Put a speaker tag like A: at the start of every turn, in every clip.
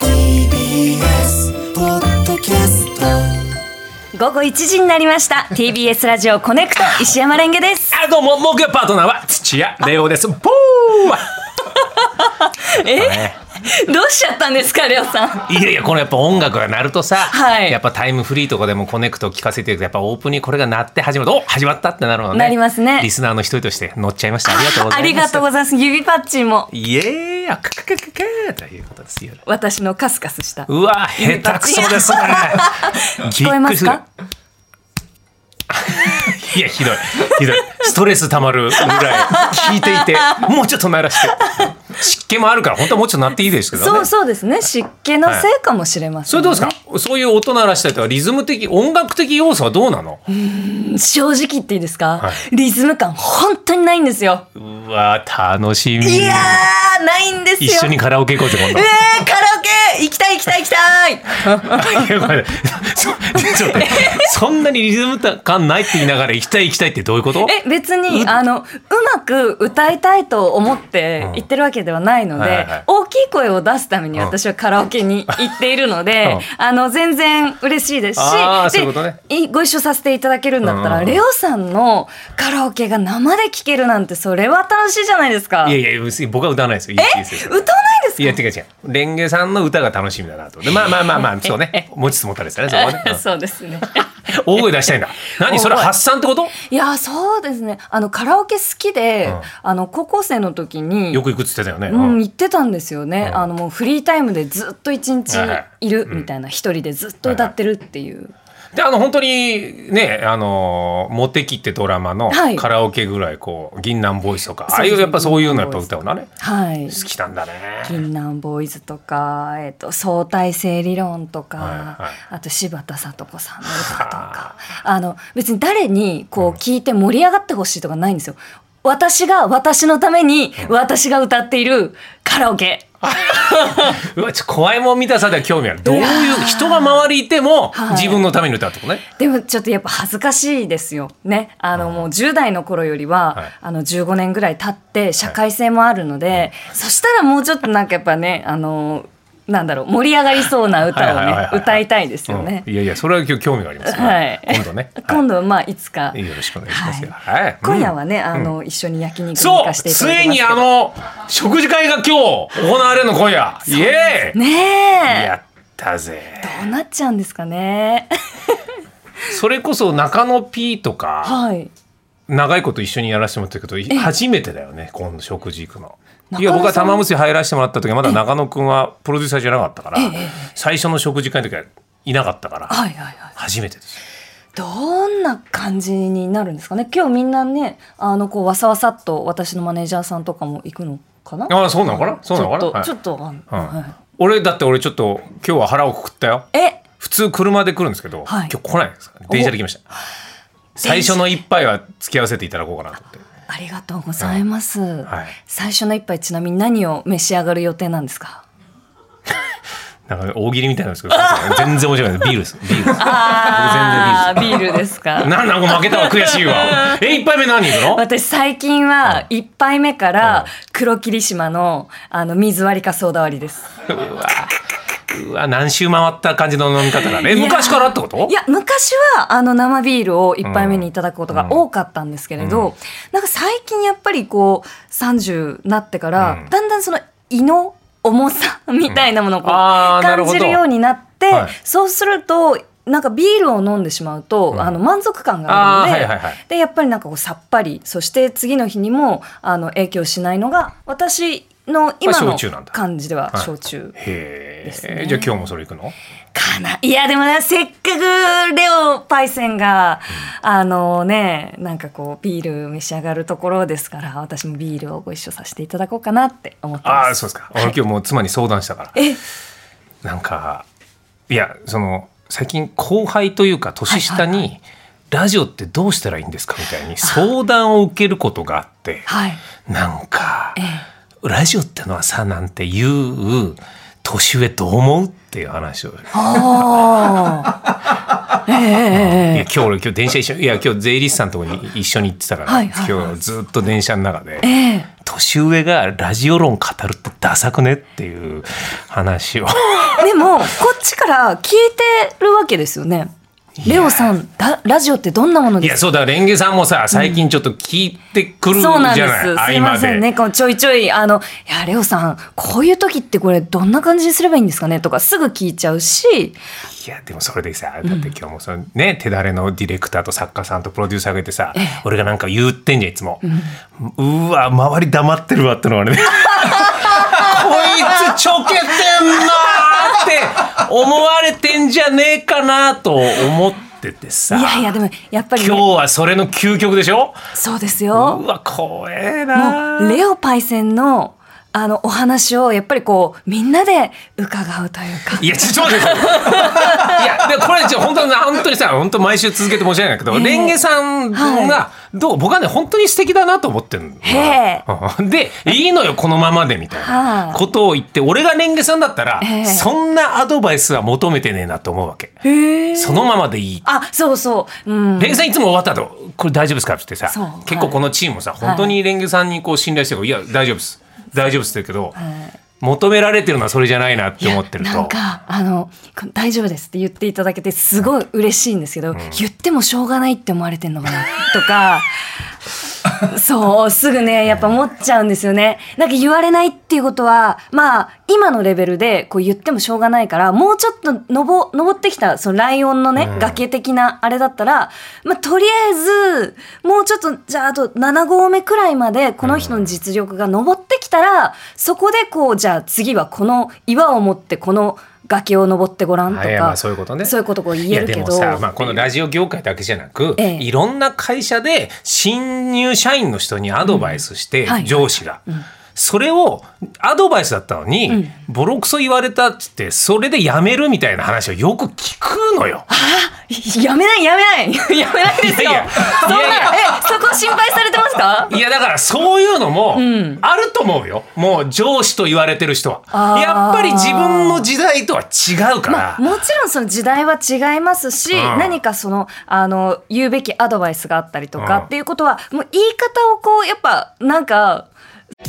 A: TBS ポッドキャスト
B: 午後1時になりました TBS ラジオコネクト石山レンゲです
C: あどうも木曜パートナーは土屋レオです。ポー
B: えどうしちゃったんですかレオさん
C: いやいやこのやっぱ音楽が鳴るとさ、
B: はい
C: やっぱタイムフリーとかでもコネクト聞かせてるとやっぱオープンにこれが鳴って始まるとお始まったってなるのね。
B: なりますね
C: リスナーの一人として乗っちゃいました。ありがとうございます。
B: ありがとうございます指パッチンも
C: イエーイあかかかかかということですよ。
B: 私のカスカスした
C: うわ下手くそですね。
B: 聞こえますか
C: いやひどいひどいストレスたまるぐらい聞いていてもうちょっと鳴らして湿気もあるから本当はもうちょっと鳴っていいですけどね。
B: そうそうですね湿気のせいかもしれませ
C: そ
B: ん、
C: れ
B: ね
C: どうですか、そういう音鳴らしたりとかリズム的音楽的要素はどうなの
B: 正直言っていいですか、
C: は
B: リズム感本当にないんですよ
C: うわ楽しみ
B: いやーないんですよ
C: 一緒にカラオケ行こうぜ今
B: え
C: 度
B: ー、カラオケ行きたい行きたい行きたい
C: いやごめんそちょっと待って そんなにリズム感ないって言いながら行きたい行きたいってどういうこと
B: え別にあのうまく歌いたいと思って言ってるわけではないので、
C: はいはいはい
B: 大きい声を出すために
C: うん
B: 私はカラオケに行っているので、
C: う
B: あの全然嬉しいですし
C: あー
B: で
C: そういうことね
B: いご一緒させていただけるんだったら、
C: うん
B: レオさんのカラオケが生で聴けるなんてそれは楽しいじゃないですか。
C: いやいや別に僕は歌わないですよいいですいいです
B: 歌わないですか
C: いや違う違うレンゲさんの歌が楽しみだなとでまあまあまあまあそうね持ちつ持たれですよねそこはね、う ん
B: そうですね。
C: 大声出したい んだ何それ発散ってこと
B: いやそうですね。あのカラオケ好きで、
C: うん
B: あの高校生の時に
C: よく行くっつってたよね、
B: う、
C: うんん
B: 行ってたんですよね、
C: うん
B: あのもうフリータイムでずっと一日
C: はいはい
B: いる
C: うん
B: みたいな一、人でずっと歌ってるっていう、
C: であの本当にね「あのモテキ」ってドラマの
B: はい
C: カラオケぐらいこう「銀杏ボーイス」とか、
B: そう
C: ああ
B: です
C: いうやっぱそういうのやっぱ歌うのね
B: はい
C: 好きなんだね。
B: 銀杏ボーイズとか、えっと相対性理論とか、
C: はいはい
B: あと柴田聡子さんの歌とかあの別に誰にこう聞いて盛り上がってほしいとかないんですよ。私が私のために私が歌っているカラオケ、
C: うわちょ怖いもん見たさでは興味あるどうい
B: いやー
C: う人が周りいても
B: はい
C: 自分のために歌うってことね。
B: でもちょっとやっぱ恥ずかしいですよね。あのもう10代の頃よりは、
C: はい
B: あの15年ぐらい経って社会性もあるので、そしたらもうちょっとなんかやっぱね、あのなんだろう盛り上がりそうな歌
C: はいはいはい
B: をね
C: はい
B: 歌いたいですよね
C: うん。いやいやそれは今日興味がありますね、
B: はい。。
C: 今度ね
B: 今度はまあいつか。
C: はいよろしくお願いしますよ。
B: は
C: はい
B: 今夜
C: うん
B: はね、あの一緒に焼肉に行
C: そ
B: か
C: う
B: せていただ
C: つ
B: き
C: い
B: ます
C: に
B: け
C: あ
B: ど。
C: の食事会が今日行われるの今夜イエーイ
B: ね
C: や
B: え。
C: ったぜ。
B: どうなっちゃうんですかね。
C: それこそ中野 P とか、
B: はい。
C: 長いこと一緒にやらせてもらったけど初めてだよね今度食事行くの。い
B: 中野
C: や
B: さん
C: 僕は玉結び入らせてもらった時まだ中野くんはプロデューサーじゃなかったから
B: ええ
C: 最初の食事会の時はいなかったから
B: はいはいはい。
C: 初めてですよ。
B: どんな感じになるんですかね今日みんなねあのこうわさわさっと私のマネージャーさんとかも行くのかな
C: ああそうなのかなそうなのかなはい
B: ちょっと、ちょっとあの
C: うん
B: は
C: 俺だって俺ちょっと今日は腹をくくったよ。
B: いえ
C: 普通車で来るんですけど、
B: はい
C: 今日来ないんですから電車で来ました。最初の一杯は付き合わせていただこうかなと思って。
B: ありがとうございます、
C: はい
B: 最初の一杯ちなみに何を召し上がる予定なんですか
C: なんか大喜利みたいなんですけど全然面白いビールですビールです。
B: あービールですか
C: なんなん負けたわ悔しいわ。え一杯目何行くの？
B: 私最近は一杯目から黒霧島のあの水割りかソーダ割りです
C: うわうわ何周回った感じの飲み方だねえ
B: いや
C: 昔からってこと
B: いや昔はあの生ビールを一杯目にいただくことが多かったんですけれど、なんか最近やっぱりこう30なってから、
C: うん
B: だんだんその胃の重さみたいなものをこう
C: うんあーなる
B: 感
C: ほど
B: じるようになって、
C: はい
B: そうするとなんかビールを飲んでしまうと、
C: うん
B: あの満足感があるので,、
C: あーはいはいはい
B: でやっぱりなんかこうさっぱりそして次の日にもあの影響しないのが私の今
C: まあ
B: の
C: 焼酎なんだ
B: 感じでは
C: はい
B: 焼酎
C: へ
B: です
C: え、
B: ね
C: じゃあ今日もそれ行くの
B: かないやでもねせっかくレオパイセンが、あのねなんかこうビール召し上がるところですから私もビールをご一緒させていただこうかなって思ってます
C: ああそうですか、俺今日もう妻に相談したから
B: え
C: なんかいやその最近後輩というか年下に、ラジオってどうしたらいいんですかみたいに相談を受けることがあって
B: はい。
C: なんか
B: ええ
C: ラジオってのはさなんていう年上どう思うっていう話を、
B: ああ。ええ
C: いや
B: ええ
C: 今日俺今日電車一緒にいや今日税理士さんのとこに一緒に行ってたから、
B: はいはいはい
C: 今日ずっと電車の中で
B: ええ。ええ。
C: 年上がラジオ論語るってダサくねっていう 話を
B: でもこっちから聞いてるわけですよね。レオさんだラジオってどんなもの
C: い
B: で
C: や
B: すか。
C: そうだレンゲさんもさ最近ちょっと聞いてくるじ
B: そ
C: ゃ
B: う
C: な
B: なん
C: い、
B: です。すい
C: 合
B: ま
C: 間
B: せん
C: で。
B: ね。こうちょいちょいあのいやレオさんこういう時ってこれどんな感じにすればいいんですかねとかすぐ聞いちゃうし。
C: いやでもそれでさだって今日もその、ね手だれのディレクターと作家さんとプロデューサーがいてさ、俺がなんか言ってんじゃんいつも、うーわ周り黙ってるわっての はねこいつちょけてんなーって思われてんじゃねえかなと思っててさ
B: いやいやでもやっぱり、
C: 今日
B: ね、
C: はそれの究極でしょ
B: そうです
C: う
B: よ。
C: わ怖え
B: も
C: な
B: うレオパイセンのあのお話をやっぱりこうみんなで伺うというか。
C: いやちょっと待っていやでもこれちょ本当に本当にさ本当毎週続けて申し訳ないんだけど、
B: ええ
C: レンゲさんがどう、僕はね本当に素敵だなと思ってるの
B: へえ
C: うん でいいのよこのままでみたい
B: は
C: ないことを言って俺がレンゲさんだったら、
B: ええ
C: そんなアドバイスは求めてねえなと思うわけ
B: へえ。
C: そのままでいい
B: あそうそう。うん。
C: レンゲさんいつも終わった後これ大丈夫ですかって言って
B: そう
C: さ結構このチームもさ、本当にレンゲさんにこう信頼してるからいや大丈夫です大丈夫ですって言うけど、
B: はい
C: 求められてるのはそれじゃないなって思ってると。
B: なんかあのこ大丈夫ですって言っていただけてすごい嬉しいんですけど、言ってもしょうがないって思われてんのかなとかそうすぐねやっぱ思っちゃうんですよねなんか言われないっていうことはまあ今のレベルでこう言ってもしょうがないからもうちょっとのぼ登ってきたそのライオンのね、崖的なあれだったら、まあ、とりあえずもうちょっとじゃああと7合目くらいまでこの人の実力が上ってきたら、そこでこうじゃあ次はこの岩を持ってこの崖を登ってごらんとか、
C: はいまあそういうことね
B: そういうことこう言えるけど
C: いやでもさ、まあ、このラジオ業界だけじゃなく、
B: ええ
C: いろんな会社で新入社員の人にアドバイスして、
B: うんはい
C: 上司が。それをアドバイスだったのに、ボロクソ言われたっつってそれでやめるみたいな話をよく聞くのよ。
B: やめないやめない やめないですよ
C: いやいや
B: そんない
C: やい
B: えそこ心配されてますか
C: いやだからそういうのもあると思うよ、もう上司と言われてる人
B: あ
C: は。
B: ー
C: やっぱり自分の時代とは違うから。
B: まあ、もちろんその時代は違いますし、
C: うん
B: 何かそのあの言うべきアドバイスがあったりとか
C: うん
B: っていうことは、もう言い方をこうやっぱなんか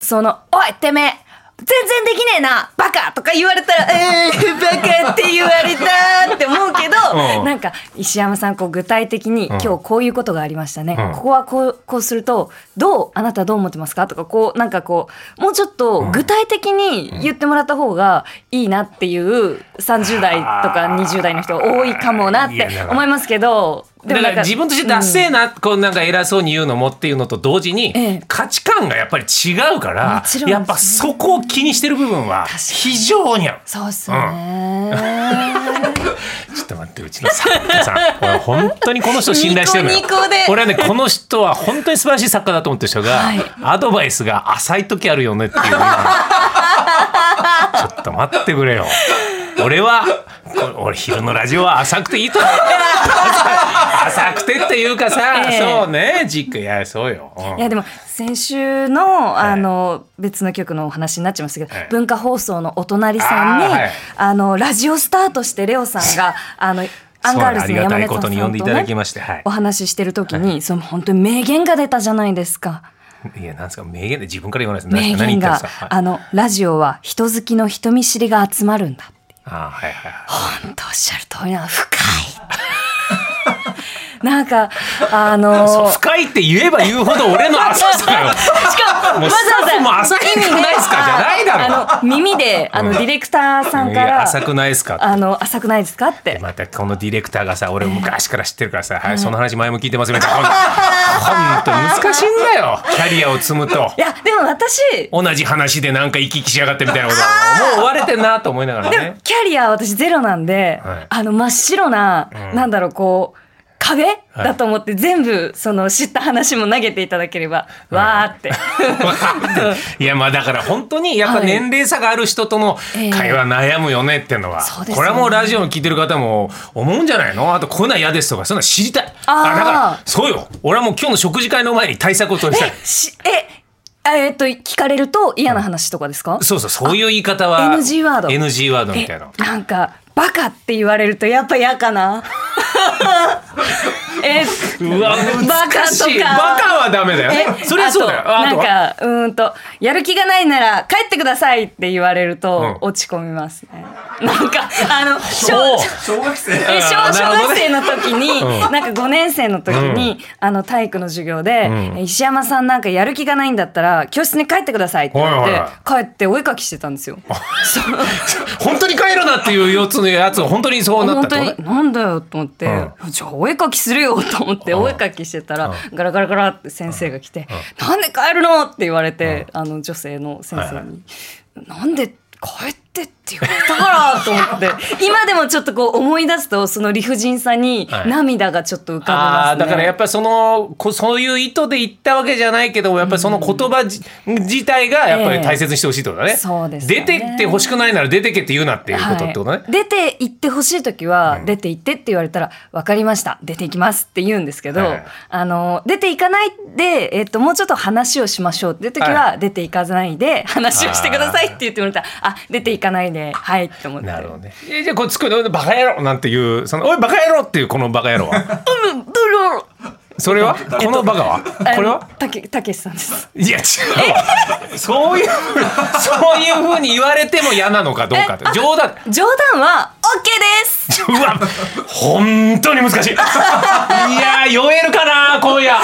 B: その「おいてめえ全然できねえなバカ!」とか言われたら「えー、バカって言われた!」って思うけど、
C: うん
B: なんか石山さんこう具体的に、今日こういうことがありましたね、
C: うん
B: ここはこうこうするとどうあなたどう思ってますかとかこうなんかこうもうちょっと具体的に言ってもらった方がいいなっていう30代とか20代の人多いかもなっ
C: いや
B: て
C: だから
B: 思いますけどで
C: だ
B: も
C: か
B: なん
C: ら自分としてダッセーな、こうなんか偉そうに言うのもっていうのと同時に、
B: ええ
C: 価値観がやっぱり違うから
B: もちろんですね
C: やっぱそこを気にしてる部分は
B: かに
C: 非常にある
B: そうっすね、
C: ちょっと待ってうちの作家さん俺本当にこの人信頼してるのよ
B: ニコニコで
C: 俺はねこの人は本当に素晴らしい作家だと思ってる人が、
B: はい
C: アドバイスが浅い時あるよねっていうのがちょっと待ってくれよ俺はこ俺昼のラジオは浅くていいと思う浅くてっていうかさ、
B: ええ
C: そうねジックいやそうよ、うん
B: いやでも先週のあの別の局のお話になっちゃいましたけど
C: ええ
B: 文化放送のお隣さんに
C: あーはい
B: あのラジオスターとしてレオさんがあのアンガールズの山根
C: そうありがたいこ
B: さん
C: と
B: と
C: に呼んでいただきましてはい
B: ねお話ししてる時にその本当に名言が出たじゃないですか。
C: いや、なんですか、名言で自分から言わないです。
B: 名言
C: 何何言っ
B: が
C: たんですか。はい
B: あのラジオは人好きの人見知りが集まるんだ。
C: あー、はいはいはい。
B: 本当おっしゃる通りなの深い。なんかあの
C: そう深いって言えば言うほど俺の浅さよ。
B: しかも
C: も
B: わ
C: う
B: ざ
C: スタ
B: わ
C: ッ
B: ざ
C: フも浅くないっすかじゃないだろ
B: あの耳であのディレクターさん
C: い
B: か
C: や
B: ら
C: 浅くないっすかって
B: あの浅くないですかって
C: またこのディレクターがさ俺昔から知ってるからさ、はい、その話前も聞いてますよみたいな本当難しいんだよキャリアを積むと
B: いやでも私
C: 同じ話でなんか行き来しやがってみたいなこともう追われてんなと思いながらね
B: キャリアは私ゼロなんで、
C: はい
B: あの真っ白な、なんだろうこう壁、だと思って全部その知った話も投げていただければ、わーって
C: いやまあだから本当にやっぱ
B: はい
C: 年齢差がある人との会話悩むよねってのは、
B: そうですよね
C: これはもうラジオを聞いてる方も思うんじゃないのあとこういうのは嫌ですとかそんなの知りたい
B: あー
C: だからそうよ俺はもう今日の食事会の前に対策を取りたい
B: しえあえっと聞かれると嫌な話とかですか、
C: そうそうそういう言い方は
B: あ NG ワード
C: NG ワードみたいな
B: えなんかバカって言われるとやっぱ嫌かな え
C: う
B: バ
C: わ
B: カと
C: 難しい
B: か
C: バカはダメだよ
B: え
C: それはそうだよ
B: あと
C: あとは
B: なんかうーんとやる気がないなら帰ってくださいって言われると
C: うん
B: 落ち込みますね、なんかあ の小
C: そう
D: 小学生
B: え小
C: あー
B: 小
C: なるほど
B: 学
C: ね
B: 生の時に、なんか5年生の時に、あの体育の授業で、え石山さんなんかやる気がないんだったら教室に帰ってくださいって言われて
C: はいはい
B: 帰ってお絵かきしてたんですよ。
C: 本当に帰るなっていう四つのやつを本当にそうなった
B: 本
C: って
B: 当
C: こと
B: になんだよと思って、じゃあお絵かきするよと思ってお絵かきしてたら、ガラガラガラって先生が来て「なんで帰るの?」って言われて、あの女性の先生に「なんで帰って?」って言われたからと思って 今でもちょっとこう思い出すとその理不尽さに
C: はい
B: 涙がちょっと浮かび
C: あ
B: ま
C: あ
B: すね。
C: だからやっぱりそのこそういう意図で言ったわけじゃないけどもやっぱりその言葉じ、自体がやっぱり大切にしてほしいってことだね,、
B: ええそうですよね
C: 出てってほしくないなら出てけって言うなっていうことってことね、
B: はい出て行ってほしい時は、出て行ってって言われたら「分かりました出て行きます」って言うんですけど、
C: はい
B: あの出て行かないで、えっともうちょっと話をしましょうっていう時は、
C: は
B: 出て行かないで話をしてくださいって言ってもらったら「あ出て行かないではい」って思って
C: なるほどねえじゃあこれ作るバカ野郎なんていうそのおいバカ野郎っていうこのバカ野郎は
B: うんどろ
C: それはこのバカは
B: あ
C: これは
B: たけたけしさんです
C: いや違うわそういうそういうふうに言われても嫌なのかどうかって冗談
B: 冗談は OK です
C: うわ本当に難しいいやー酔えるかな今夜